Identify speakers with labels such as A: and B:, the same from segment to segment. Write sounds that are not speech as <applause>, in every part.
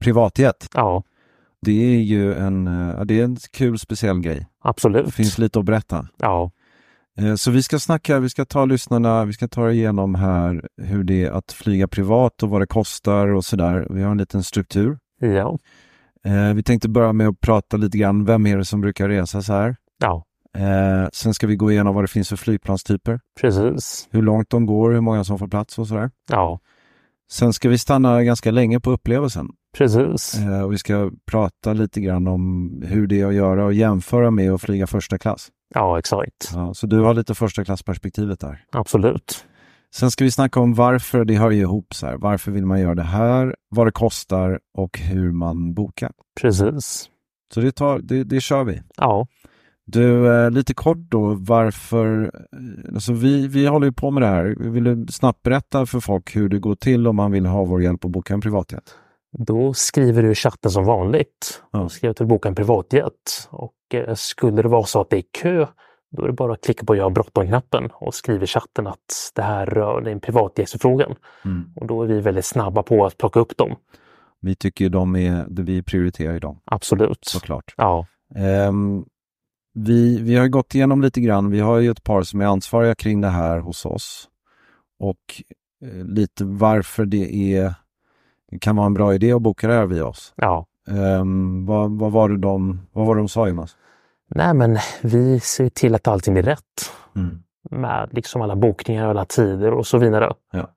A: privatjet.
B: Ja,
A: Det är ju en, eh, ja, det är en kul speciell grej. Det
B: absolut.
A: finns lite att berätta.
B: Ja,
A: Eh, Så vi ska snacka, vi ska ta lyssnarna, vi ska ta igenom här hur det är att flyga privat och vad det kostar och sådär. Vi har en liten struktur.
B: ja,
A: Eh, Vi tänkte börja med att prata lite grann, vem är det som brukar resa så här?
B: ja,
A: Eh, Sen ska vi gå igenom vad det finns för flygplanstyper,
B: precis.
A: hur långt de går, hur många som får plats och sådär.
B: Ja,
A: Sen ska vi stanna ganska länge på upplevelsen.
B: precis.
A: Eh, Och vi ska prata lite grann om hur det är att göra och jämföra med att flyga första klass.
B: Ja, exakt.
A: Ja, så du har lite första klassperspektivet där.
B: Absolut.
A: Sen ska vi snacka om varför det hör ju ihop så här. Varför vill man göra det här? Vad det kostar och hur man bokar.
B: Precis.
A: Så det, tar, det, det kör vi.
B: Ja,
A: Du, eh, lite kort då, varför... eh, Alltså vi, vi håller ju på med det här. Vill du snabbt berätta för folk hur det går till om man vill ha vår hjälp att boka en privatjet?
B: då skriver du i chatten som vanligt.
A: Ja.
B: Skriv till boka en privatjet. Och eh, skulle det vara så att det är kö, då är det bara att klicka på jag har bråttom-knappen och skriv i chatten att det här rör det är en privatjetsförfrågan.
A: Mm.
B: Och då är vi väldigt snabba på att plocka upp dem.
A: Vi tycker ju de är... Vi prioriterar ju dem,
B: Absolut.
A: såklart.
B: Ja,
A: Ehm, vi, vi har ju gått igenom lite grann. Vi har ju ett par som är ansvariga kring det här hos oss. Och eh, lite varför det är, det kan vara en bra idé att boka det här via oss.
B: ja.
A: Ehm, vad, vad, var det de, vad var det de sa Jonas?
B: Nej, men vi ser till att allting blir rätt.
A: Mm.
B: med liksom alla bokningar, alla tider och så vidare.
A: Ja.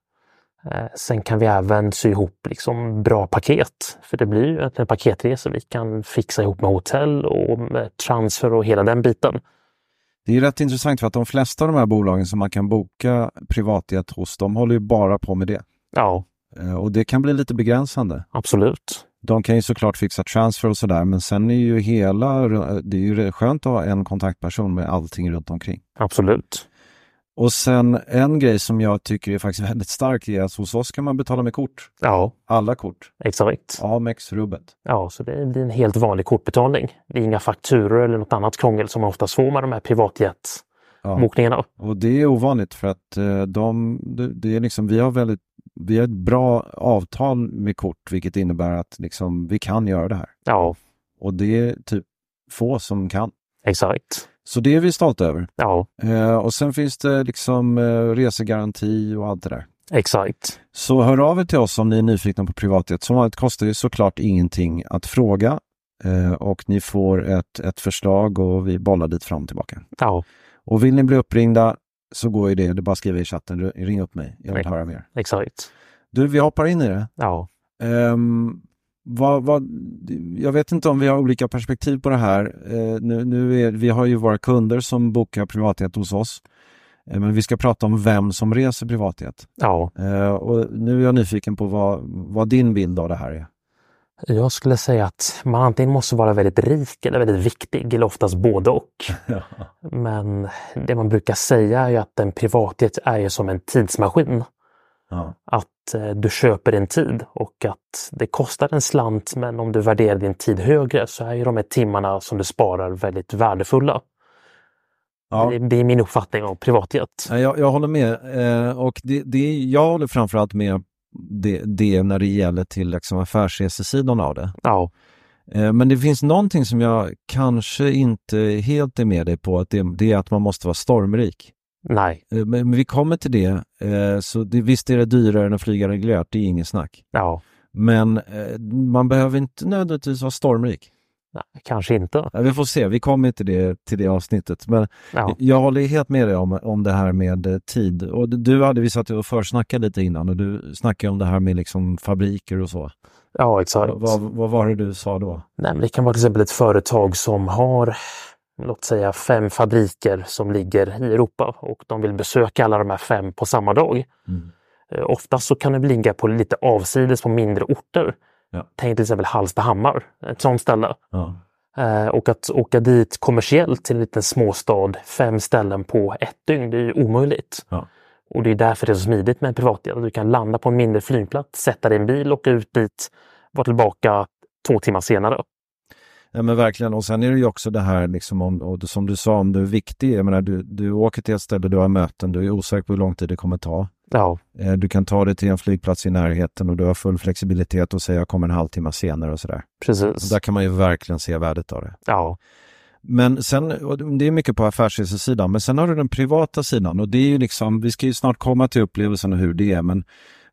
B: Eh, Sen kan vi även sy ihop liksom bra paket. För det blir ju egentligen paketresor. Vi kan fixa ihop med hotell och med transfer och hela den biten.
A: Det är rätt intressant för att de flesta av de här bolagen som man kan boka privatjet hos, de håller ju bara på med det.
B: Ja,
A: Ehm, och det kan bli lite begränsande.
B: absolut.
A: De kan ju såklart fixa transfer och sådär, men sen är ju hela, det är ju skönt att ha en kontaktperson med allting runt omkring.
B: Absolut.
A: Och sen en grej som jag tycker är faktiskt väldigt stark är att hos oss kan man betala med kort.
B: Ja,
A: Alla kort.
B: exakt.
A: Amex, rubbet.
B: Ja, så det blir en helt vanlig kortbetalning. Det är inga fakturor eller något annat krångel som man oftast får med de här privatjetbokningarna.
A: Ja. Och det är ovanligt för att eh, de, det- det är liksom, vi har väldigt, vi har ett bra avtal med kort, vilket innebär att liksom, vi kan göra det här.
B: Ja,
A: Och det är typ få som kan.
B: exakt.
A: Så det är vi stolta över.
B: Ja,
A: Eh, och sen finns det liksom eh, resegaranti och allt det där.
B: exakt.
A: Så hör av er till oss om ni är nyfikna på privatjet. Som vanligt kostar det såklart ingenting att fråga eh, och ni får ett, ett förslag och vi bollar dit fram och tillbaka.
B: Ja,
A: Och vill ni bli uppringda så går ju det. Det är bara att skriva i chatten. "Du, Ring upp mig. Jag vill höra mer.
B: exakt.
A: Du, vi hoppar in i det.
B: Ja,
A: Ehm, vad, vad, jag vet inte om vi har olika perspektiv på det här. Eh, nu, nu är, vi har ju våra kunder som bokar privatjet hos oss. Eh, men vi ska prata om vem som reser privatjet.
B: ja.
A: Eh, och nu är jag nyfiken på vad, vad din bild av det här är.
B: Jag skulle säga att man antingen måste vara väldigt rik eller väldigt viktig, eller oftast
A: <laughs>
B: både och. Men det man brukar säga är ju att en privatjet är ju som en tidsmaskin.
A: Ja.
B: Att eh, du köper din tid och att det kostar en slant men om du värderar din tid högre så är ju de här timmarna som du sparar väldigt värdefulla.
A: Ja.
B: Det, det är min uppfattning om privatjet.
A: Nej, Jag, jag håller med. Eh, och det, det, jag håller framförallt med det, det när det gäller till liksom affärsresesidan av det.
B: Ja,
A: Eh, men det finns någonting som jag kanske inte helt är med dig på, att det, det är att man måste vara stormrik.
B: nej,
A: Eh, men, men vi kommer till det. Eh, så det, visst är det dyrare än att flyga reguljärt, det är inget snack.
B: ja,
A: Men eh, man behöver inte nödvändigtvis vara stormrik.
B: nej kanske inte.
A: Eh, Vi får se, vi kommer till det, till det avsnittet. Men
B: Ja,
A: Jag håller helt med dig om, om det här med eh, tid. Och d- du hade vi satt och försnackade lite innan och du snackade ju om det här med liksom fabriker och så.
B: ja exakt.
A: Vad, vad var det du sa då?
B: Nej, men det kan vara till exempel ett företag som har låt säga fem fabriker som ligger i Europa och de vill besöka alla de här fem på samma dag.
A: Mm.
B: Eh, Oftast så kan det ligga på lite avsides på mindre orter.
A: Ja.
B: Tänk till exempel Hallstahammar, ett sånt ställe.
A: Ja.
B: Eh, Och att åka dit kommersiellt till en liten småstad, fem ställen på ett dygn, det är ju omöjligt.
A: Ja.
B: Och det är därför det är så smidigt med en privatjet. Du kan landa på en mindre flygplats, sätta din bil, åka ut dit, vara tillbaka två timmar senare.
A: Ja, men verkligen. Och sen är det ju också det här liksom om, och som du sa, om du är viktig. Jag menar, du, du åker till ett ställe, du har möten, du är osäker på hur lång tid det kommer ta.
B: Ja,
A: Eh, Du kan ta dig till en flygplats i närheten och du har full flexibilitet och säga jag kommer en halvtimme senare och sådär.
B: precis.
A: Där kan man ju verkligen se värdet av det.
B: Ja,
A: Men sen, och det är mycket på affärsresesidan, men sen har du den privata sidan och det är ju liksom, vi ska ju snart komma till upplevelsen och hur det är, men,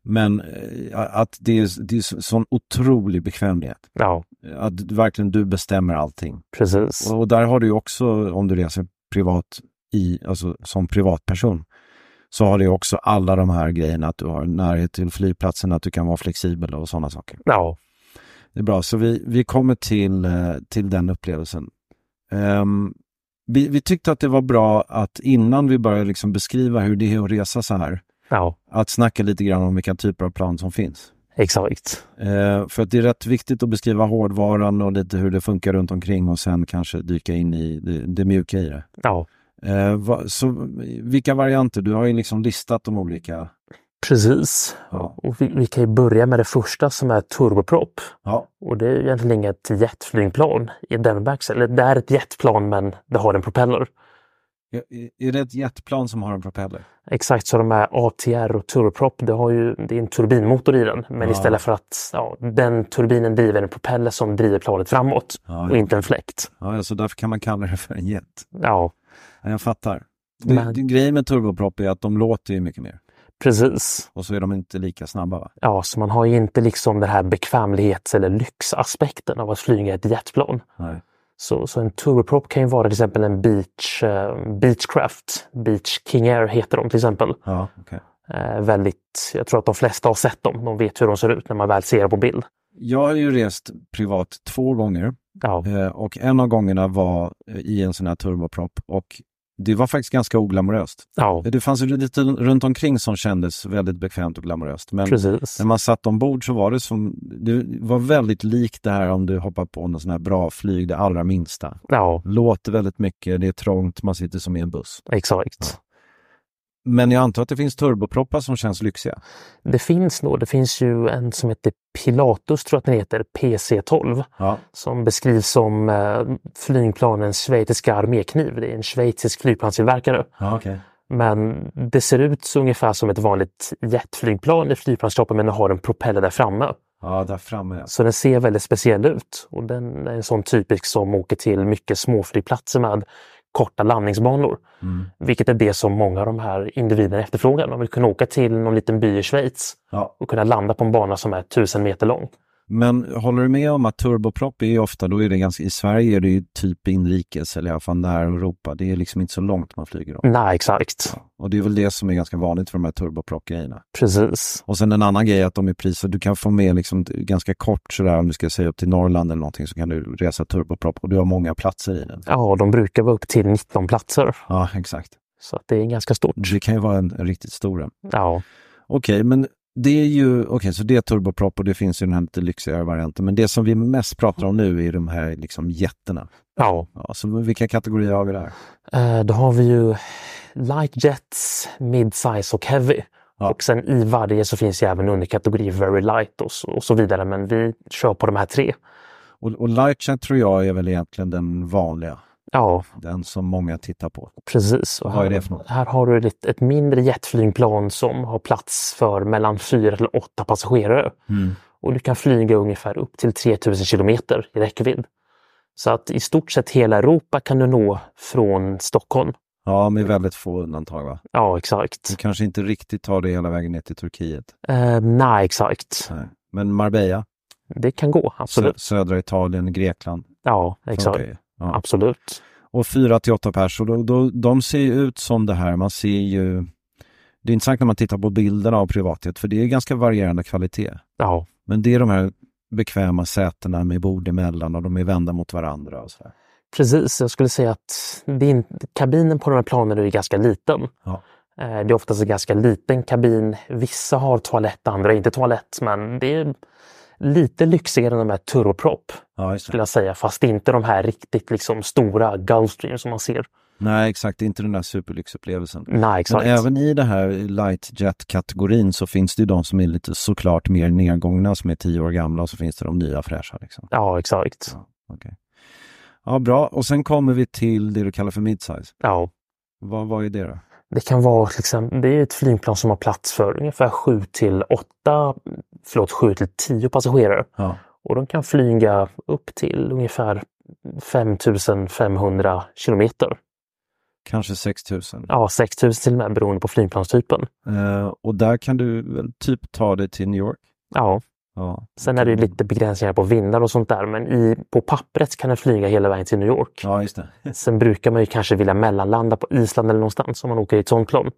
A: men eh, att det är, det är så- sån otrolig bekvämlighet.
B: ja,
A: Att du- verkligen du bestämmer allting.
B: precis.
A: Och där har du ju också, om du reser privat, i, alltså som privatperson, så har du ju också alla de här grejerna, att du har närhet till flygplatsen, att du kan vara flexibel och sådana saker.
B: Ja,
A: Det är bra, så vi, vi kommer till, eh, till den upplevelsen. Ehm, vi, vi tyckte att det var bra att innan vi började liksom beskriva hur det är att resa så här,
B: ja,
A: att snacka lite grann om vilka typer av plan som finns.
B: exakt.
A: Eh, för att det är rätt viktigt att beskriva hårdvaran och lite hur det funkar runt omkring och sen kanske dyka in i det, det mjuka i det.
B: Ja,
A: Eh, va, så vilka varianter? Du har ju liksom listat de olika.
B: precis.
A: Ja.
B: Och vi, vi kan ju börja med det första som är turboprop.
A: ja.
B: Och det är ju egentligen inget jetflygplan i den bemärkelsen. Eller det är ett jetplan men det har en propeller.
A: Är- Är det ett jetplan som har en propeller?
B: Exakt så de här ATR och turboprop, det, har ju, det är en turbinmotor i den. Men
A: Ja.
B: istället för att ja, den turbinen driver en propeller som driver planet framåt
A: Ja,
B: och inte en fläkt.
A: ja, så därför kan man kalla det för en jet.
B: Ja,
A: Ja, jag fattar. Det,
B: Men-
A: det, grejen med turboprop är att de låter ju mycket mer.
B: precis.
A: Och så är de inte lika snabba. Va?
B: Ja, så man har ju inte liksom den här bekvämlighets eller lyxaspekten av att flyga ett jetplan.
A: Nej.
B: Så, så en turboprop kan ju vara till exempel en beach, eh, Beechcraft. Beach King Air heter de till exempel.
A: Ja, okej.
B: Eh, väldigt, jag tror att de flesta har sett dem. De vet hur de ser ut när man väl ser dem på bild.
A: Jag har ju rest privat två gånger
B: Ja,
A: eh, och en av gångerna var eh, i en sån här turboprop och det var faktiskt ganska oglamoröst.
B: ja
A: Det fanns ju lite runt omkring som kändes väldigt bekvämt och glamoröst. Men
B: precis.
A: när man satt ombord så var det som, det var väldigt likt det här om du hoppar på någon sån här bra flyg, det allra minsta.
B: Ja,
A: Låter väldigt mycket, det är trångt, man sitter som i en buss.
B: exakt.
A: Men jag antar att det finns turboproppar som känns lyxiga.
B: Det finns nog. Det finns ju en som heter Pilatus, tror jag att den heter, PC-12.
A: Ja.
B: som beskrivs som eh, flygplanens schweiziska armékniv. Det är en schweizisk flygplanstillverkare.
A: Ja, okay.
B: Men det ser ut så ungefär som ett vanligt jetflygplan i flygplanskroppen men den har en propeller där framme.
A: ja där framme.
B: Så den ser väldigt speciell ut. Och den är en sån typisk som åker till mycket småflygplatser med korta landningsbanor. Vilket är det som många av de här individerna efterfrågar. De vill kunna åka till någon liten by i Schweiz
A: Ja.
B: och kunna landa på en bana som är tusen meter lång.
A: Men håller du med om att turboprop är ju ofta, då är det ganska, i Sverige är det ju typ inrikes eller i alla fall nära Europa. Det är liksom inte så långt man flyger då.
B: Nej, exakt.
A: Och det är väl det som är ganska vanligt för de här turboprop-grejerna.
B: Precis.
A: Och sen en annan grej är att de är pris, så du kan få med liksom ganska kort sådär om du ska säga upp till Norrland eller någonting så kan du resa turboprop och du har många platser i den.
B: Ja, de brukar vara upp till 19 platser.
A: Ja, exakt.
B: Så att det är ganska stort.
A: Det kan ju vara en, en riktigt stor en.
B: Ja,
A: Okej, men det är ju, okej, så det är turboprop och det finns ju den här lite lyxigare varianten. Men det som vi mest pratar om nu är de här liksom jätterna.
B: ja.
A: Ja, så vilka kategorier har vi där?
B: Eh, Då har vi ju light jets, midsize och heavy.
A: Ja.
B: Och sen i varje så finns ju även underkategori Very Light och så, och så vidare. Men vi kör på de här tre.
A: Och, och Lightchain tror jag är väl egentligen den vanliga.
B: Ja,
A: Den som många tittar på.
B: precis. Och
A: Vad är
B: här-
A: det för något?
B: Här har du ett, ett mindre jetflygplan som har plats för mellan fyra till åtta passagerare.
A: Mm.
B: Och du kan flyga ungefär upp till 3000 kilometer i räckvidd. Så att i stort sett hela Europa kan du nå från Stockholm.
A: Ja, med väldigt få undantag va?
B: Ja, exakt.
A: Du kanske inte riktigt tar det hela vägen ner till Turkiet.
B: Eh, nej, exakt.
A: Nej. Men Marbella,
B: Det kan gå,
A: sö-
B: absolut.
A: södra Italien, Grekland.
B: Ja, exakt.
A: Okej, Ja.
B: Absolut.
A: Och fyra till åtta pers. Och då, då, de ser ju ut som det här. Man ser ju... Det är intressant när man tittar på bilderna av privatjet, för det är ganska varierande kvalitet.
B: Ja,
A: Men det är de här bekväma sätena med bord emellan och de är vända mot varandra och så här.
B: precis. Jag skulle säga att det är inte- kabinen på de här planen är ju ganska liten.
A: Ja.
B: Eh, Det är oftast en ganska liten kabin. Vissa har toalett, andra inte toalett. Men det är lite lyxigare än de här turboprop,
A: Ja, just
B: skulle
A: det.
B: jag säga. Fast inte de här riktigt liksom stora Gulfstream som man ser.
A: Nej, exakt. Det är inte den där superlyxupplevelsen.
B: Nej,
A: Men
B: exakt.
A: även i det här lightjet-kategorin så finns det ju de som är lite såklart mer nedgångna, som är tio år gamla och så finns det de nya fräscha. Liksom.
B: Ja, exakt.
A: Ja. Okej. Ja, bra. Och sen kommer vi till det du kallar för midsize.
B: Ja.
A: Vad, vad är det då?
B: Det kan vara liksom, det är ett flygplan som har plats för ungefär 7 till 8, förlåt 7 till 10 passagerare.
A: Ja.
B: Och de kan flyga upp till ungefär 5500 kilometer.
A: Kanske 6 000.
B: Ja, 6000 till och med beroende på flygplanstypen.
A: Eh, och där kan du väl typ ta dig till New York?
B: Ja,
A: Ja.
B: sen är det ju lite begränsningar på vindar och sånt där, men i, på pappret kan den flyga hela vägen till New York.
A: Ja, just det.
B: Sen brukar man ju kanske vilja mellanlanda på Island eller någonstans om man åker i ett sånt plan.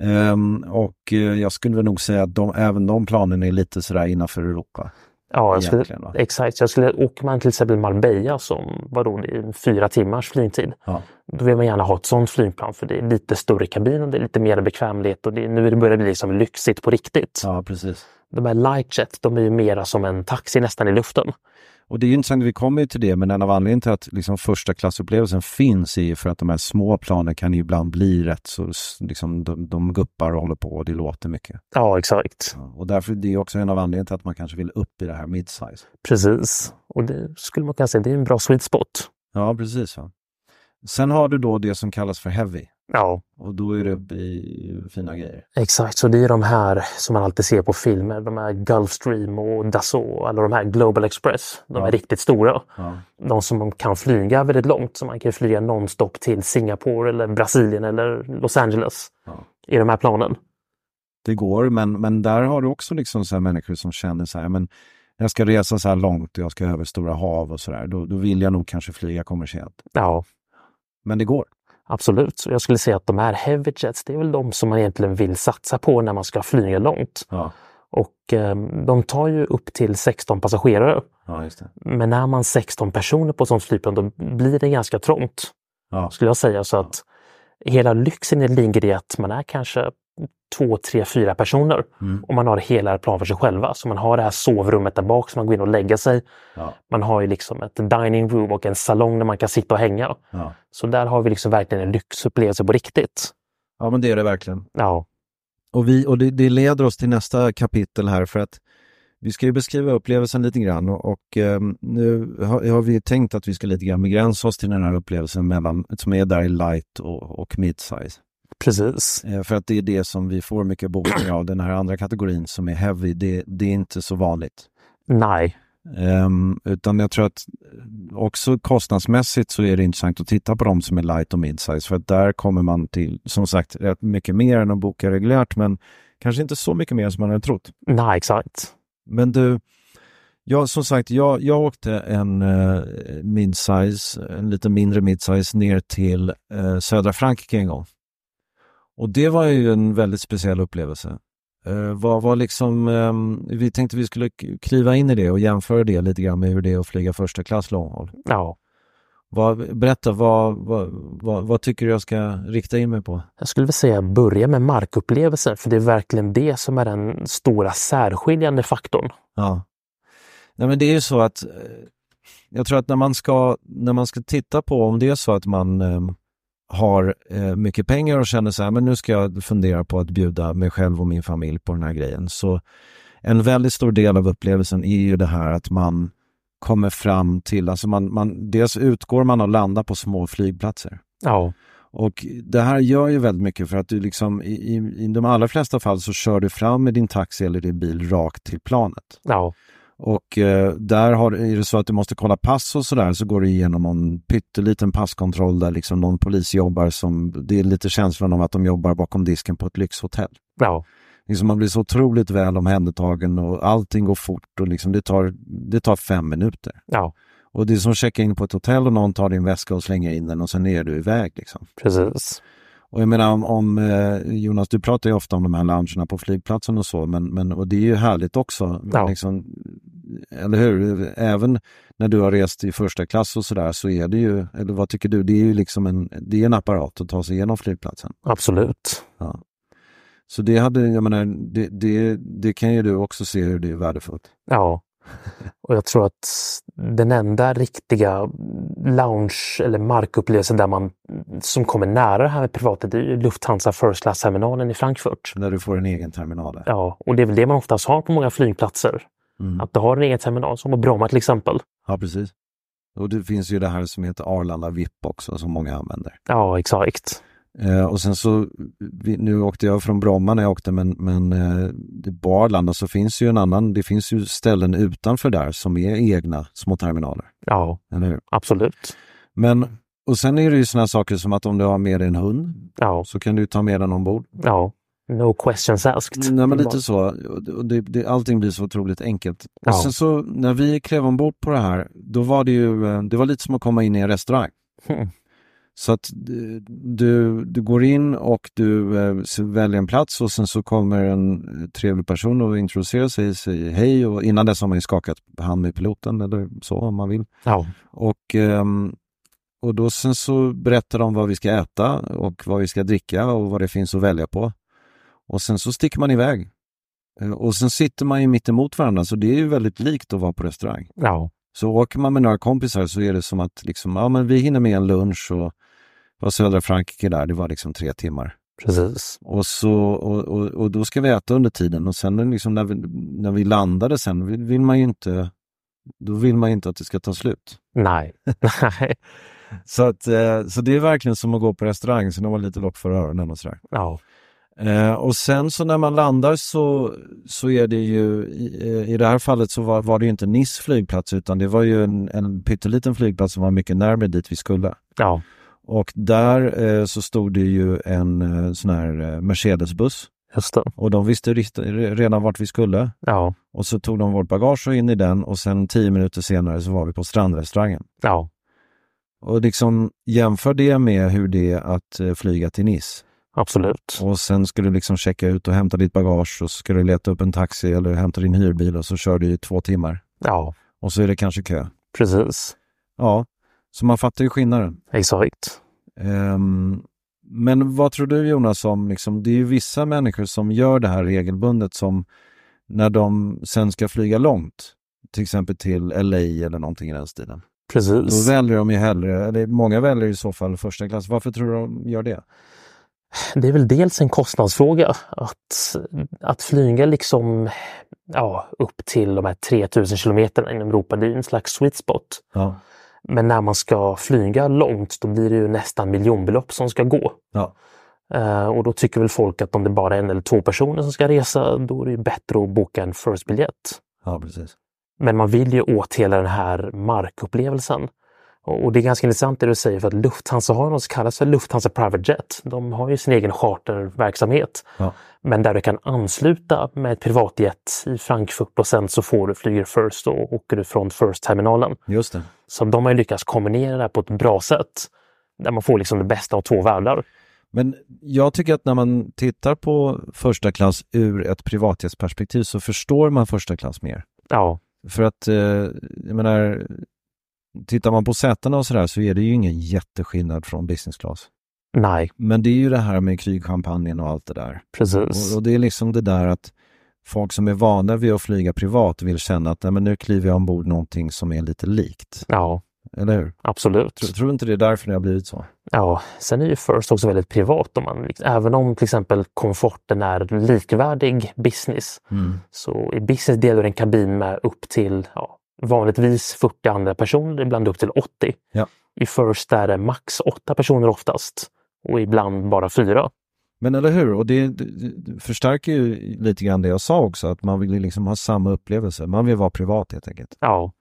A: Ehm, och eh, jag skulle väl nog säga att de, även de planen är lite sådär innanför Europa.
B: Ja, jag skulle,
A: Egentligen, va?
B: exakt. Så Jag skulle, åker man till exempel Marbella som vadå, det är fyra timmars flygtid,
A: Ja.
B: då vill man gärna ha ett sånt flygplan för det är lite större kabin och det är lite mer bekvämlighet och det, är- nu börjar det bli liksom lyxigt på riktigt.
A: ja, precis.
B: De här lightjet, de är ju mera som en taxi nästan i luften.
A: Och det är ju intressant, vi kommer ju till det, men en av anledningarna till att liksom första klassupplevelsen finns är ju för att de här små planen kan ju ibland bli rätt så, s- liksom, de, de guppar och håller på och det låter mycket.
B: Ja, exakt.
A: Ja, Och därför det är ju också en av anledningarna till att man kanske vill upp i det här midsize.
B: Precis. Och det skulle man kunna säga, det är en bra sweet spot.
A: Ja, precis. Va? Sen har du då det som kallas för heavy
B: Ja,
A: och då är du uppe i fina grejer.
B: exakt. Så det är de här som man alltid ser på filmer, de här Gulfstream och Dassault, alla de här Global Express. De
A: Ja.
B: är riktigt stora.
A: Ja.
B: de som kan flyga väldigt långt, så man kan flyga nonstop till Singapore eller Brasilien eller Los Angeles
A: Ja.
B: i de här planen.
A: Det går, men, men där har du också liksom så här människor som känner så här, men jag ska resa så här långt och jag ska över stora hav och så där. Då, då vill jag nog kanske flyga kommersiellt.
B: Ja,
A: Men det går.
B: absolut. Så jag skulle säga att de här heavy jets, det är väl de som man egentligen vill satsa på när man ska flyga långt.
A: Ja,
B: Och eh, de tar ju upp till 16 passagerare.
A: ja just det.
B: Men när man 16 personer på ett sånt flygplan, då blir det ganska trångt,
A: Ja.
B: skulle jag säga. Så att hela lyxen ligger i att man är kanske två, tre, fyra personer.
A: Mm.
B: och man har hela planen för sig själva. Så man har det här sovrummet där bak som man går in och lägger sig.
A: Ja.
B: Man har ju liksom ett dining room och en salong där man kan sitta och hänga.
A: Ja.
B: Så där har vi liksom verkligen en lyxupplevelse på riktigt.
A: ja, men det är det verkligen.
B: Ja,
A: Och, vi, och det, det leder oss till nästa kapitel här för att vi ska ju beskriva upplevelsen lite grann och, och ehm, nu har, har vi tänkt att vi ska lite grann begränsa oss till den här upplevelsen mellan, som är där i light och, och midsize.
B: precis.
A: Eh, För att det är det som vi får mycket bokningar av. Den här andra kategorin som är heavy, det, det är inte så vanligt.
B: Nej,
A: Ehm, utan jag tror att eh, också kostnadsmässigt så är det intressant att titta på de som är light och midsize. För att där kommer man till, som sagt, rätt mycket mer än att boka reguljärt. Men kanske inte så mycket mer som man hade trott.
B: nej exakt.
A: Men du, jag, som sagt, jag, jag åkte en eh, midsize, en lite mindre midsize ner till eh, södra Frankrike en gång. Och det var ju en väldigt speciell upplevelse. Eh, var, var liksom, ehm, vi tänkte vi skulle k- kliva in i det och jämföra det lite grann med hur det är att flyga första klass långhåll.
B: Ja.
A: Vad, berätta, vad, vad, vad, vad tycker du jag ska rikta in mig på?
B: Jag skulle väl säga börja med markupplevelsen, för det är verkligen det som är den stora särskiljande faktorn.
A: Ja. Nej, men det är ju så att eh, jag tror att när man ska, när man ska titta på om det är så att man eh, har eh, mycket pengar och känner så här, men nu ska jag fundera på att bjuda mig själv och min familj på den här grejen. Så en väldigt stor del av upplevelsen är ju det här att man kommer fram till, alltså man, man dels utgår man och landar på små flygplatser.
B: Ja.
A: Och det här gör ju väldigt mycket för att du liksom i, i, i de allra flesta fall så kör du fram med din taxi eller din bil rakt till planet.
B: ja.
A: Och eh, där har, är det så att du måste kolla pass och sådär så går du igenom en pytteliten passkontroll där liksom någon polis jobbar som, det är lite känslan av att de jobbar bakom disken på ett lyxhotell.
B: ja.
A: Liksom man blir så otroligt väl omhändertagen och allting går fort och liksom det, tar, det tar fem minuter.
B: Ja,
A: Och det är som att checka in på ett hotell och någon tar din väska och slänger in den och sen är du iväg. Liksom.
B: precis.
A: Och jag menar om, om eh, Jonas, du pratar ju ofta om de här loungerna på flygplatsen och så, men, men och det är ju härligt också.
B: Ja.
A: Liksom, eller hur? Även när du har rest i första klass och sådär så är det ju, eller vad tycker du, det är ju liksom en, det är en apparat att ta sig igenom flygplatsen.
B: Absolut.
A: Ja. Så det hade, jag menar, det, det, det kan ju du också se hur det är värdefullt.
B: Ja. <laughs> Och jag tror att den enda riktiga lounge eller markupplevelsen där man, som kommer nära det här med privatet det är ju Lufthansa First Class-terminalen i Frankfurt.
A: När du får en egen terminal där.
B: Ja, och det är väl det man oftast har på många flygplatser.
A: Mm.
B: Att du har en egen terminal, som på Bromma till exempel.
A: Ja, precis. Och det finns ju det här som heter Arlanda VIP också som många använder.
B: Ja, exakt.
A: Eh, och sen så, vi, nu åkte jag från Bromma när jag åkte men, men eh, det- på Arlanda så finns ju en annan, det finns ju ställen utanför där som är egna små terminaler.
B: Ja,
A: Eller hur?
B: absolut.
A: Men, och sen är det ju sådana saker som att om du har med dig en hund
B: Ja,
A: så kan du ju ta med den ombord.
B: ja. No questions asked.
A: Nej, men lite så. Och Det, det, allting blir så otroligt enkelt.
B: Ja.
A: Och sen så när vi klev ombord på det här, då var det ju, eh, det var lite som att komma in i en restaurang.
B: Mm.
A: Så att eh, du, du går in och du eh, s- väljer en plats och sen så kommer en eh, trevlig person och introducerar sig, säger hej och innan dess har man ju skakat hand med piloten eller så om man vill.
B: Ja,
A: Och, ehm, och då sen så berättar de vad vi ska äta och vad vi ska dricka och vad det finns att välja på. Och sen så sticker man iväg. Eh, Och sen sitter man ju mitt emot varandra så det är ju väldigt likt att vara på restaurang.
B: ja,
A: Så åker man med några kompisar så är det som att liksom, ja men vi hinner med en lunch och var södra Frankrike där, det var liksom tre timmar.
B: precis.
A: Och, så, och, och, och då ska vi äta under tiden och sen är det liksom när, vi, när vi landade sen vill, vill man ju inte, då vill man ju inte att det ska ta slut. <laughs>
B: Nej. Nej.
A: Så, att, eh, så det är verkligen som att gå på restaurang, så de har lite lock för öronen och sådär.
B: Ja,
A: Eh, och sen så när man landar så, så är det ju, i, eh, i det här fallet så var, var det ju inte Nice flygplats utan det var ju en, en pytteliten flygplats som var mycket närmare dit vi skulle.
B: ja,
A: Och där eh, så stod det ju en eh, sån här eh, Mercedesbuss
B: just det.
A: och de visste rikt- re- redan vart vi skulle.
B: Ja,
A: Och så tog de vårt bagage och in i den och sen tio minuter senare så var vi på strandrestaurangen.
B: ja.
A: Och liksom jämför det med hur det är att eh, flyga till Nice.
B: Absolut.
A: Och sen ska du liksom checka ut och hämta ditt bagage och så ska du leta upp en taxi eller hämta din hyrbil och så kör du i två timmar.
B: Ja,
A: Och så är det kanske kö.
B: precis.
A: Ja, så man fattar ju skillnaden.
B: Exakt.
A: Ehm, men vad tror du Jonas om, liksom, det är ju vissa människor som gör det här regelbundet som när de sen ska flyga långt, till exempel till LA eller någonting i den stilen. Då
B: Precis.
A: väljer de ju hellre, eller många väljer i så fall första klass. Varför tror du de gör det?
B: Det är väl dels en kostnadsfråga. Att, att flyga liksom ja, upp till de här 3000 kilometerna inom Europa, det är ju en slags sweet spot.
A: Ja.
B: Men när man ska flyga långt, då blir det ju nästan miljonbelopp som ska gå.
A: Ja.
B: Eh, och då tycker väl folk att om det bara är en eller två personer som ska resa, då är det ju bättre att boka en first-biljett.
A: Ja, precis.
B: Men man vill ju åt hela den här markupplevelsen. Och och det är ganska intressant det du säger för att Lufthansa har något som kallas för Lufthansa Private Jet. De har ju sin egen charterverksamhet.
A: Ja.
B: Men där du kan ansluta med ett privatjet i Frankfurt och sen så får du flyger First och åker du från First-terminalen.
A: Just det.
B: Så de har ju lyckats kombinera det här på ett bra sätt. Där man får liksom det bästa av två världar.
A: Men jag tycker att när man tittar på första klass ur ett privatjetsperspektiv så förstår man första klass mer.
B: Ja,
A: För att, eh, jag menar, tittar man på sätena och sådär så är det ju ingen jätteskillnad från business class.
B: nej,
A: Men det är ju det här med krygchampagnen och allt det där.
B: precis.
A: Och, och det är liksom det där att folk som är vana vid att flyga privat vill känna att nej, men nu kliver jag ombord någonting som är lite likt.
B: Ja,
A: Eller hur?
B: Absolut.
A: Tror, tror du inte det är därför det har blivit så?
B: Ja, sen är ju First också väldigt privat. Om man, liksom- även om till exempel komforten är likvärdig business, så i business delar du en kabin med upp till ja, vanligtvis 40 andra personer, ibland upp till 80.
A: Ja.
B: I First är det max 8 personer oftast och ibland bara fyra.
A: Men eller hur? Och det, det det förstärker ju lite grann det jag sa också, att man vill ju liksom ha samma upplevelse. Man vill vara privat helt enkelt.
B: Ja,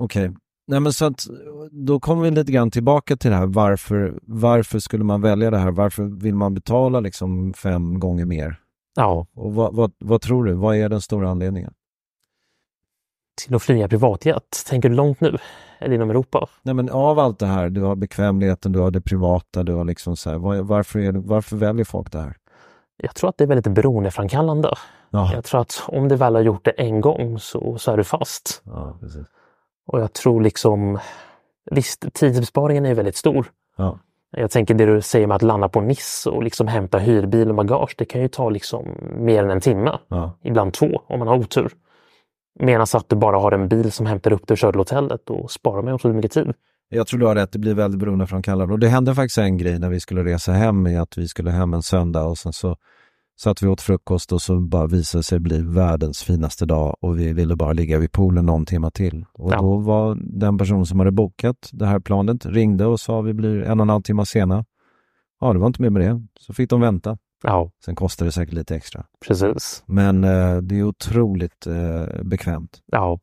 A: Okej. Nej men så att då kommer vi lite grann tillbaka till det här varför, varför skulle man välja det här? Varför vill man betala liksom fem gånger mer?
B: ja.
A: Och vad, vad, vad tror du? Vad är den stora anledningen?
B: till att flyga privatjet. Tänker du långt nu? Eller inom Europa?
A: Nej men av allt det här, du har bekvämligheten, du har det privata, du har liksom så här, vad, varför, är, det- varför väljer folk det här?
B: Jag tror att det är väldigt beroendeframkallande.
A: Ja,
B: Jag tror att om du väl har gjort det en gång så, så är du fast.
A: ja precis.
B: Och jag tror liksom... Visst, tidsbesparingen är väldigt stor.
A: Ja.
B: Jag tänker det du säger med att landa på Niss och liksom hämta hyrbil och bagage. Det kan ju ta liksom mer än en timme.
A: Ja.
B: Ibland två om man har otur. Medan att du bara har en bil som hämtar upp dig och kör till hotellet. och sparar man ju otroligt mycket tid.
A: Jag tror du har rätt, det blir väldigt beroendeframkallande. Och det hände faktiskt en grej när vi skulle resa hem, i att vi skulle hem en söndag och sen så satt vi åt frukost och så bara visade det sig bli världens finaste dag och vi ville bara ligga vid poolen någon timme till. Och
B: Ja.
A: då var den person som hade bokat det här planet, ringde och sa vi blir en och en halv timme sena. Ja, det var inte mer med det. Så fick de vänta.
B: Ja,
A: Sen kostade det säkert lite extra.
B: precis.
A: Men eh, det är otroligt eh, bekvämt.
B: Ja,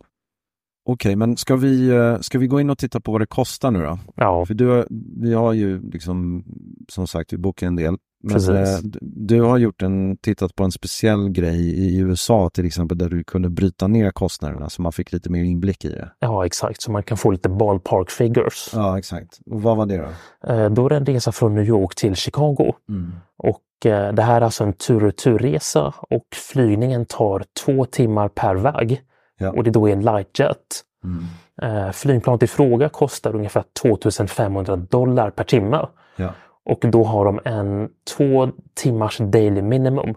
A: Okej, men ska vi, eh, ska vi gå in och titta på vad det kostar nu då?
B: ja,
A: För du, har- vi har ju liksom, som sagt, vi bokar en del. Men
B: Precis.
A: eh, du- du har gjort en, tittat på en speciell grej i USA till exempel, där du kunde bryta ner kostnaderna så man fick lite mer inblick i det.
B: ja, exakt. Så man kan få lite ballpark figures.
A: Ja, exakt. Och vad var det då?
B: Eh, Då är det en resa från New York till Chicago.
A: Mm.
B: Och eh, det här är alltså en tur-retur-resa och flygningen tar två timmar per väg.
A: Ja.
B: Och det då är en lightjet. Mm. Flygplanet i fråga kostar ungefär 2500 dollar per timme.
A: Ja.
B: Och då har de en två timmars daily minimum.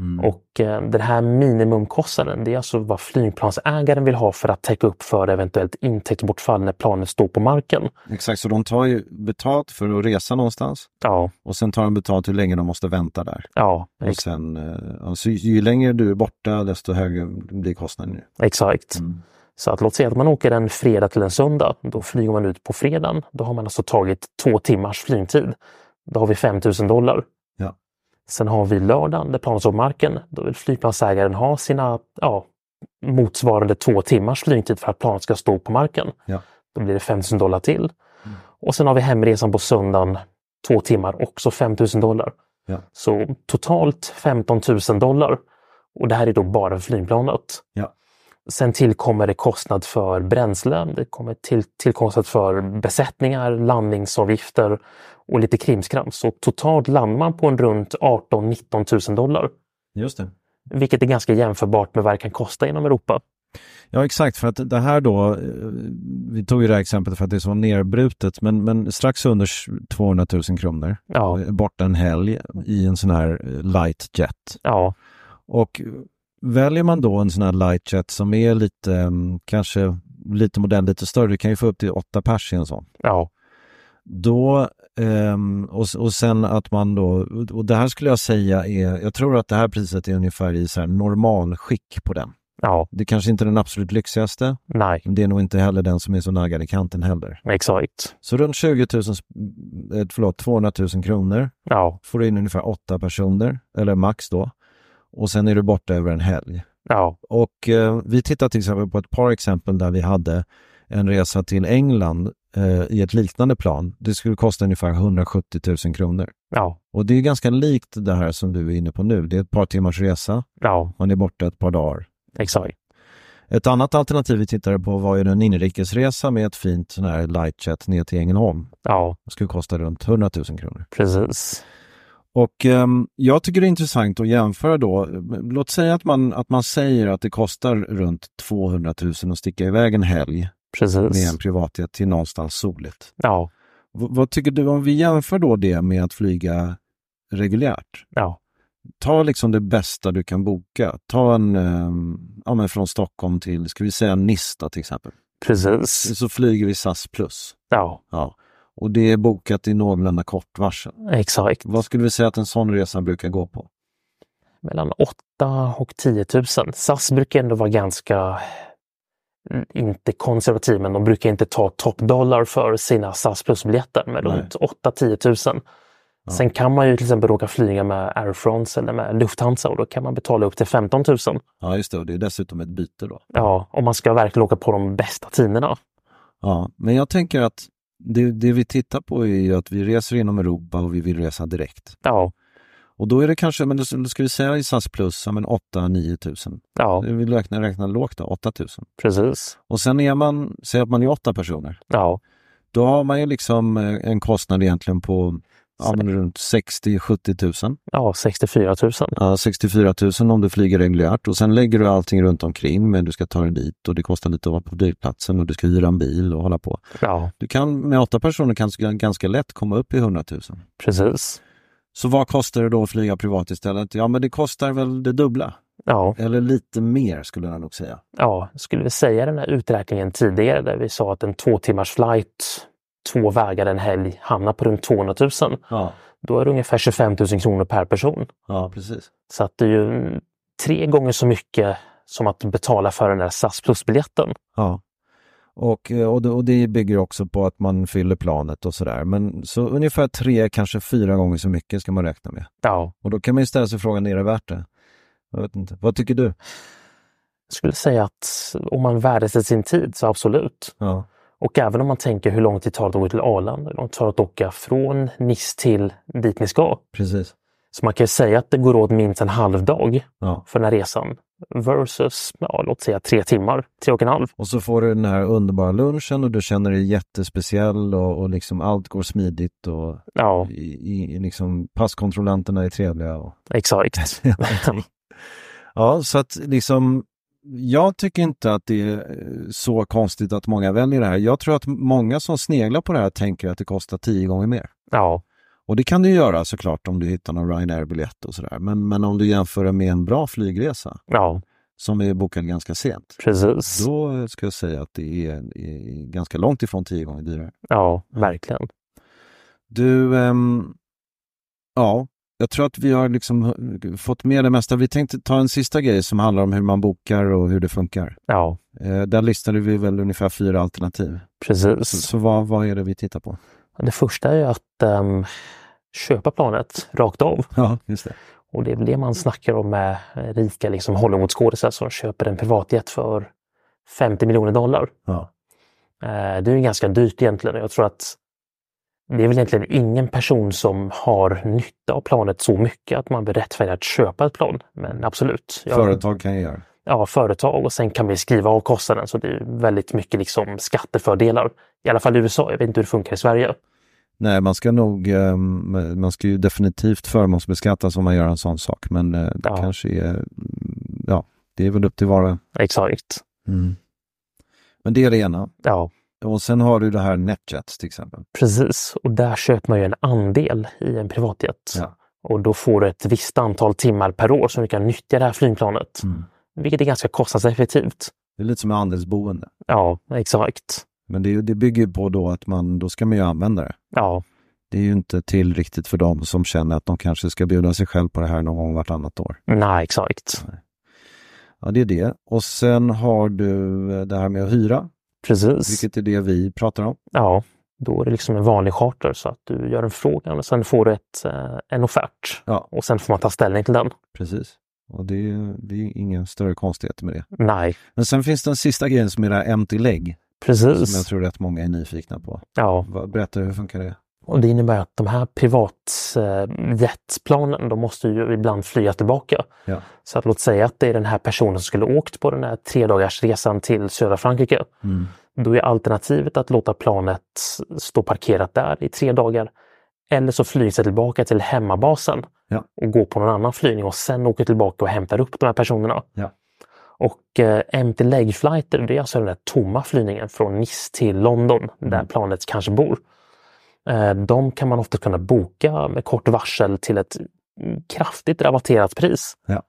A: Mm.
B: Och eh, den här minimumkostnaden det är alltså vad flygplansägaren vill ha för att täcka upp för eventuellt intäktsbortfall när planet står på marken.
A: Exakt, så de tar ju betalt för att resa någonstans
B: Ja,
A: och sen tar de betalt hur länge de måste vänta där.
B: ja
A: Och sen, eh, ja, så ju- ju längre du är borta, desto högre blir kostnaden. ju.
B: Exakt.
A: Mm.
B: Så att låt säga att man åker en fredag till en söndag. Då flyger man ut på fredagen. Då har man alltså tagit två timmars flygtid. Då har vi 5 000 dollar.
A: Ja.
B: Sen har vi lördagen där planet står på marken. Då vill flygplansägaren ha sina ja, motsvarande två timmars flygtid för att planet ska stå på marken.
A: Ja.
B: Då blir det 5 000 dollar till.
A: Mm.
B: Och sen har vi hemresan på söndagen. Två timmar, också 5 000 dollar.
A: Ja.
B: Så totalt 15 000 dollar. Och det här är då bara flygplanet.
A: Ja.
B: Sen tillkommer det kostnad för bränsle, det kommer till, till kostnad för besättningar, landningsavgifter och lite krimskrams. Så totalt landar man på en runt 18 19 000 dollar,
A: Just det.
B: vilket är ganska jämförbart med vad det kan kosta inom Europa.
A: Ja, exakt. För att det här då, eh, vi tog ju det här exemplet för att det är så nerbrutet, men, men strax under 200 000 kronor,
B: Ja,
A: eh, borta en helg i en sån här eh, light jet.
B: ja,
A: Och eh, väljer man då en sån här light jet som är lite, eh, kanske lite modell, lite större, du kan ju få upp till åtta pers i en sån.
B: ja,
A: Då, ehm, och, s- och sen att man då, och det här skulle jag säga är, jag tror att det här priset är ungefär i så här normalskick på den.
B: ja,
A: Det kanske inte är den absolut lyxigaste,
B: nej,
A: men Det är nog inte heller den som är så naggad i kanten heller.
B: exakt.
A: Så runt 20 000, eh, förlåt, 200 000 kronor
B: Ja,
A: får du in ungefär åtta personer, eller max då. Och sen är du borta över en helg.
B: ja,
A: Och eh, vi tittar till exempel på ett par exempel där vi hade en resa till England eh, i ett liknande plan. Det skulle kosta ungefär 170 000 kronor.
B: ja,
A: Och det är ganska likt det här som du är inne på nu. Det är ett par timmars resa,
B: ja,
A: man är borta ett par dagar.
B: exakt.
A: Ett annat alternativ vi tittade på var ju en inrikesresa med ett fint sån här lightjet ner till Ängelholm.
B: Ja,
A: Det skulle kosta runt 100 000 kronor.
B: precis.
A: Och ehm, jag tycker det är intressant att jämföra då. Låt säga att man, att man säger att det kostar runt 200 000 att sticka iväg en helg med
B: Precis.
A: en privatjet till någonstans soligt.
B: Ja,
A: V- vad tycker du om vi jämför då det med att flyga reguljärt?
B: ja,
A: Ta liksom det bästa du kan boka. Ta en, ehm, ja men från Stockholm till, ska vi säga Nista till exempel.
B: Precis.
A: Så flyger vi SAS plus.
B: Ja,
A: Ja. Och det är bokat i någorlunda kort varsel.
B: exakt.
A: Vad skulle vi säga att en sån resa brukar gå på?
B: mellan 8 och 10 000. SAS brukar ändå vara ganska, mm, inte konservativ, men de brukar inte ta toppdollar för sina SAS plus-biljetter, men
A: Nej.
B: runt 8-10 000. Sen kan man ju till exempel råka flyga med Air France eller med Lufthansa och då kan man betala upp till 15 000.
A: Ja, just det. Och det är dessutom ett byte då.
B: Ja, om man ska verkligen åka på de bästa tiderna.
A: Ja, men jag tänker att det, det vi tittar på är ju att vi reser inom Europa och vi vill resa direkt.
B: Ja,
A: Och då är det kanske, men då ska vi säga i SAS plus, ja men 8-9 tusen.
B: ja,
A: Vi räknar, räknar lågt då, 8 tusen.
B: precis.
A: Och sen är man, säg att man är åtta personer,
B: Ja,
A: då har man ju liksom eh, en kostnad egentligen på ja,
B: Så-
A: men runt 60-70 tusen.
B: ja 64 000.
A: Ja, 64 000 om du flyger reguljärt och sen lägger du allting runt omkring men du ska ta dig dit och det kostar lite att vara på flygplatsen och du ska hyra en bil och hålla på.
B: Ja,
A: Du kan med åtta personer kanske ganska lätt komma upp i 100 000.
B: precis.
A: Så vad kostar det då att flyga privat istället? Ja, men det kostar väl det dubbla.
B: Ja.
A: Eller lite mer skulle jag nog säga.
B: ja, skulle vi säga den här uträkningen tidigare där vi sa att en två timmars flight, två vägar en helg hamnar på runt 200 000.
A: Ja,
B: Då är det ungefär 25 000 kronor per person.
A: ja precis.
B: Så att det är ju mm, tre gånger så mycket som att betala för den där SAS plus-biljetten.
A: Ja. Och, eh, och, det, och det bygger också på att man fyller planet och sådär. Men så ungefär tre, kanske fyra gånger så mycket ska man räkna med.
B: Ja,
A: Och då kan man ju ställa sig frågan, är det värt det? Jag vet inte. Vad tycker du?
B: jag skulle säga att om man värdesätter sin tid så absolut.
A: Ja.
B: Och även om man tänker hur lång tid tar det att åka till Arlanda, hur lång tid tar det att åka från Nice till dit ni ska.
A: Precis.
B: Så man kan ju säga att det går åt minst en halv dag
A: Ja.
B: för den här resan versus, ja, låt säga tre timmar, tre och en halv.
A: Och så får du den här underbara lunchen och du känner dig jättespeciell och, och liksom allt går smidigt och
B: Ja,
A: i, i, i liksom passkontrollanterna är trevliga. Och...
B: exakt.
A: Ja, så att liksom jag tycker inte att det är eh, så konstigt att många väljer det här. Jag tror att många som sneglar på det här tänker att det kostar tio gånger mer.
B: ja,
A: Och det kan du göra såklart om du hittar någon Ryanair-biljett och sådär. Men, men om du jämför det med en bra flygresa
B: ja,
A: som är bokad ganska sent.
B: precis.
A: Då eh, ska jag säga att det är, är ganska långt ifrån tio gånger dyrare.
B: Ja, verkligen.
A: Du, ehm, ja, jag tror att vi har liksom hu- fått med det mesta. Vi tänkte ta en sista grej som handlar om hur man bokar och hur det funkar.
B: Ja,
A: Eh, där listade vi väl ungefär fyra alternativ. Så,
B: precis.
A: så vad, vad är det vi tittar på?
B: Det första är ju att ehm, köpa planet rakt av.
A: <laughs> Ja, <laughs> just det.
B: Och det är väl det man snackar om med rika liksom, Hollywoodskådisar som köper en privatjet för 50 miljoner dollar.
A: Ja.
B: Eh, Det är ju ganska dyrt egentligen. Jag tror att det är
A: Mm.
B: väl egentligen ingen person som har nytta av planet så mycket att man blir rättfärdig att köpa ett plan. Men absolut. Jag-
A: Företag kan ju göra. det.
B: Ja, företag och sen kan vi skriva av kostnaden. Så det är ju väldigt mycket liksom skattefördelar. I alla fall i USA. Jag vet inte hur det funkar i Sverige.
A: Nej, man ska nog, ehm, man ska ju definitivt förmånsbeskattas om man gör en sån sak. Men eh, det
B: Ja.
A: kanske är, mm, ja, det är väl upp till var och en.
B: Exakt.
A: Mm. Men det är det ena.
B: Ja,
A: Och sen har du det här NetJets till exempel.
B: precis. Och där köper man ju en andel i en privatjet.
A: Ja.
B: Och då får du ett visst antal timmar per år som du kan nyttja det här flygplanet.
A: Mm.
B: Vilket är ganska kostnadseffektivt.
A: Det är lite som med andelsboende.
B: Ja, exakt.
A: Men det, är ju- det bygger ju på då att man, då ska man ju använda det.
B: Ja,
A: Det är ju inte till riktigt för dem som känner att de kanske ska bjuda sig själv på det här någon gång vartannat år.
B: Nej, exakt.
A: Ja, det är det. Och sen har du eh, det här med att hyra,
B: Precis.
A: vilket är det vi pratar om.
B: Ja, då är det liksom en vanlig charter så att du gör en fråga och sen får du ett, eh, en offert.
A: Ja.
B: Och sen får man ta ställning till den.
A: Precis. Och det, är- det är inga större konstigheter med det.
B: Nej,
A: Men sen finns den sista grejen som är det här empty leg, som jag
B: precis.
A: tror rätt många är nyfikna på.
B: Ja,
A: Va- Berätta, hur funkar det?
B: och det innebär att de här privatjetplanen, de måste ju ibland flyga tillbaka.
A: Ja.
B: Så att låt säga att det är den här personen som skulle åkt på den här tre dagars resan till södra Frankrike.
A: Mm.
B: Då är alternativet att låta planet stå parkerat där i tre dagar. Eller så flyger sig tillbaka till hemmabasen
A: Ja.
B: och går på någon annan flygning och sen åker tillbaka och hämtar upp de här personerna.
A: Ja.
B: Och eh, empty leg flighter, det är alltså den där tomma flygningen från Nice till
A: Mm.
B: London där planet kanske bor. Eh, de kan man ofta kunna boka med kort varsel till ett kraftigt rabatterat pris.
A: Ja.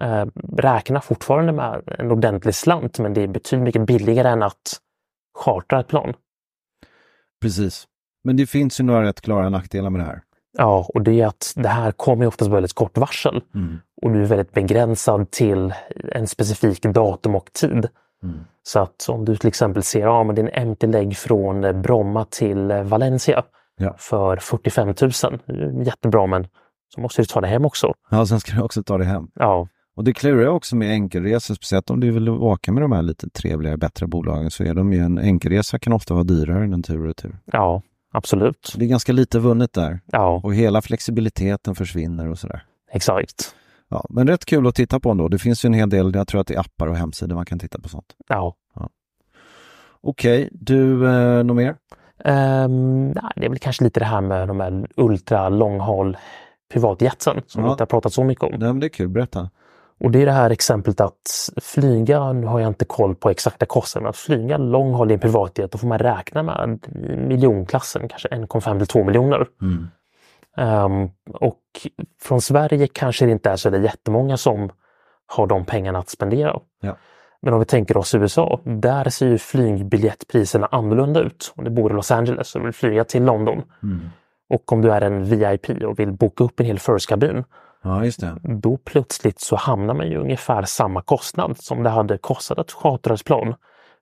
B: Eh, räknar fortfarande med en ordentlig slant men det är betydligt mycket billigare än att chartra ett plan.
A: Precis. Men det finns ju några rätt klara nackdelar med det här.
B: Ja, och det är att det här kommer ju oftast på väldigt kort varsel
A: Mm.
B: och du är väldigt begränsad till en specifik datum och tid.
A: Mm.
B: Så att om du till exempel ser ja, men det är en empty leg från eh, Bromma till eh, Valencia
A: Ja.
B: för 45 000. Det är Jättebra, men så måste du ta det hem också.
A: Ja, sen ska du också ta det hem.
B: Ja,
A: Och det klurar jag också med enkelresor, speciellt om du vill åka med de här lite trevligare, bättre bolagen, så är de ju en enkelresa kan ofta vara dyrare än en tur och retur.
B: ja absolut.
A: Så det är ganska lite vunnet där.
B: Ja,
A: Och hela flexibiliteten försvinner och sådär.
B: exakt.
A: Ja, men rätt kul att titta på ändå. Det finns ju en hel del, jag tror att det är appar och hemsidor man kan titta på sånt.
B: Ja.
A: Okej, du, eh, något mer?
B: Ehm, nej, det är väl kanske lite det här med de här ultra långhåll privatjetsen som vi
A: Ja.
B: inte har pratat så mycket om.
A: Nej, men det är kul, berätta.
B: Och det är det här exemplet att flyga, nu har jag inte koll på exakta kostnader, men att flyga långhåll i en privatjet, då får man räkna med miljonklassen, kanske 1,5 till 2 miljoner. Ehm, och från Sverige kanske det inte är så där jättemånga som har de pengarna att spendera.
A: Ja.
B: Men om vi tänker oss USA, där ser ju flygbiljettpriserna annorlunda ut. Om du bor i Los Angeles och vill flyga till London och om du är en VIP och vill boka upp en hel First-kabin,
A: Ja, just det.
B: då plötsligt så hamnar man ju ungefär samma kostnad som det hade kostat att chartra ett plan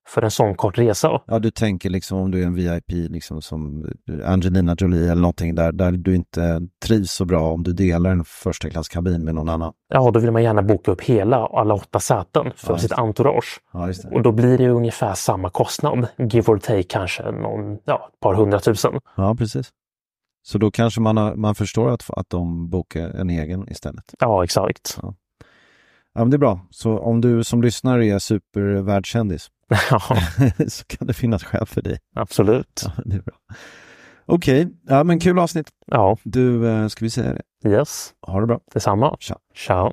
B: för en sån kort resa.
A: Ja, du tänker liksom om du är en VIP, liksom som Angelina Jolie eller någonting, där, där du inte trivs så bra om du delar en första klasskabin med någon annan.
B: Ja, då vill man gärna boka upp hela, alla åtta säten för
A: Ja,
B: sitt
A: just det.
B: entourage.
A: Ja, just
B: Och
A: det.
B: då blir det ju ungefär samma kostnad, give or take kanske någon, ja, ett par hundratusen.
A: Ja, precis. Så då kanske man, har, man förstår att, att de bokar en egen istället.
B: Ja, exakt. <laughs>
A: Ja, men det är bra. Så om du som lyssnar är supervärldskändis
B: Ja,
A: <laughs> så kan det finnas skäl för dig. <laughs>
B: absolut.
A: Ja, det är bra. Okej, ja, men kul avsnitt.
B: Ja,
A: Du, eh, ska vi säga det?
B: yes,
A: Ha det bra.
B: detsamma.
A: Tja.
B: Ciao.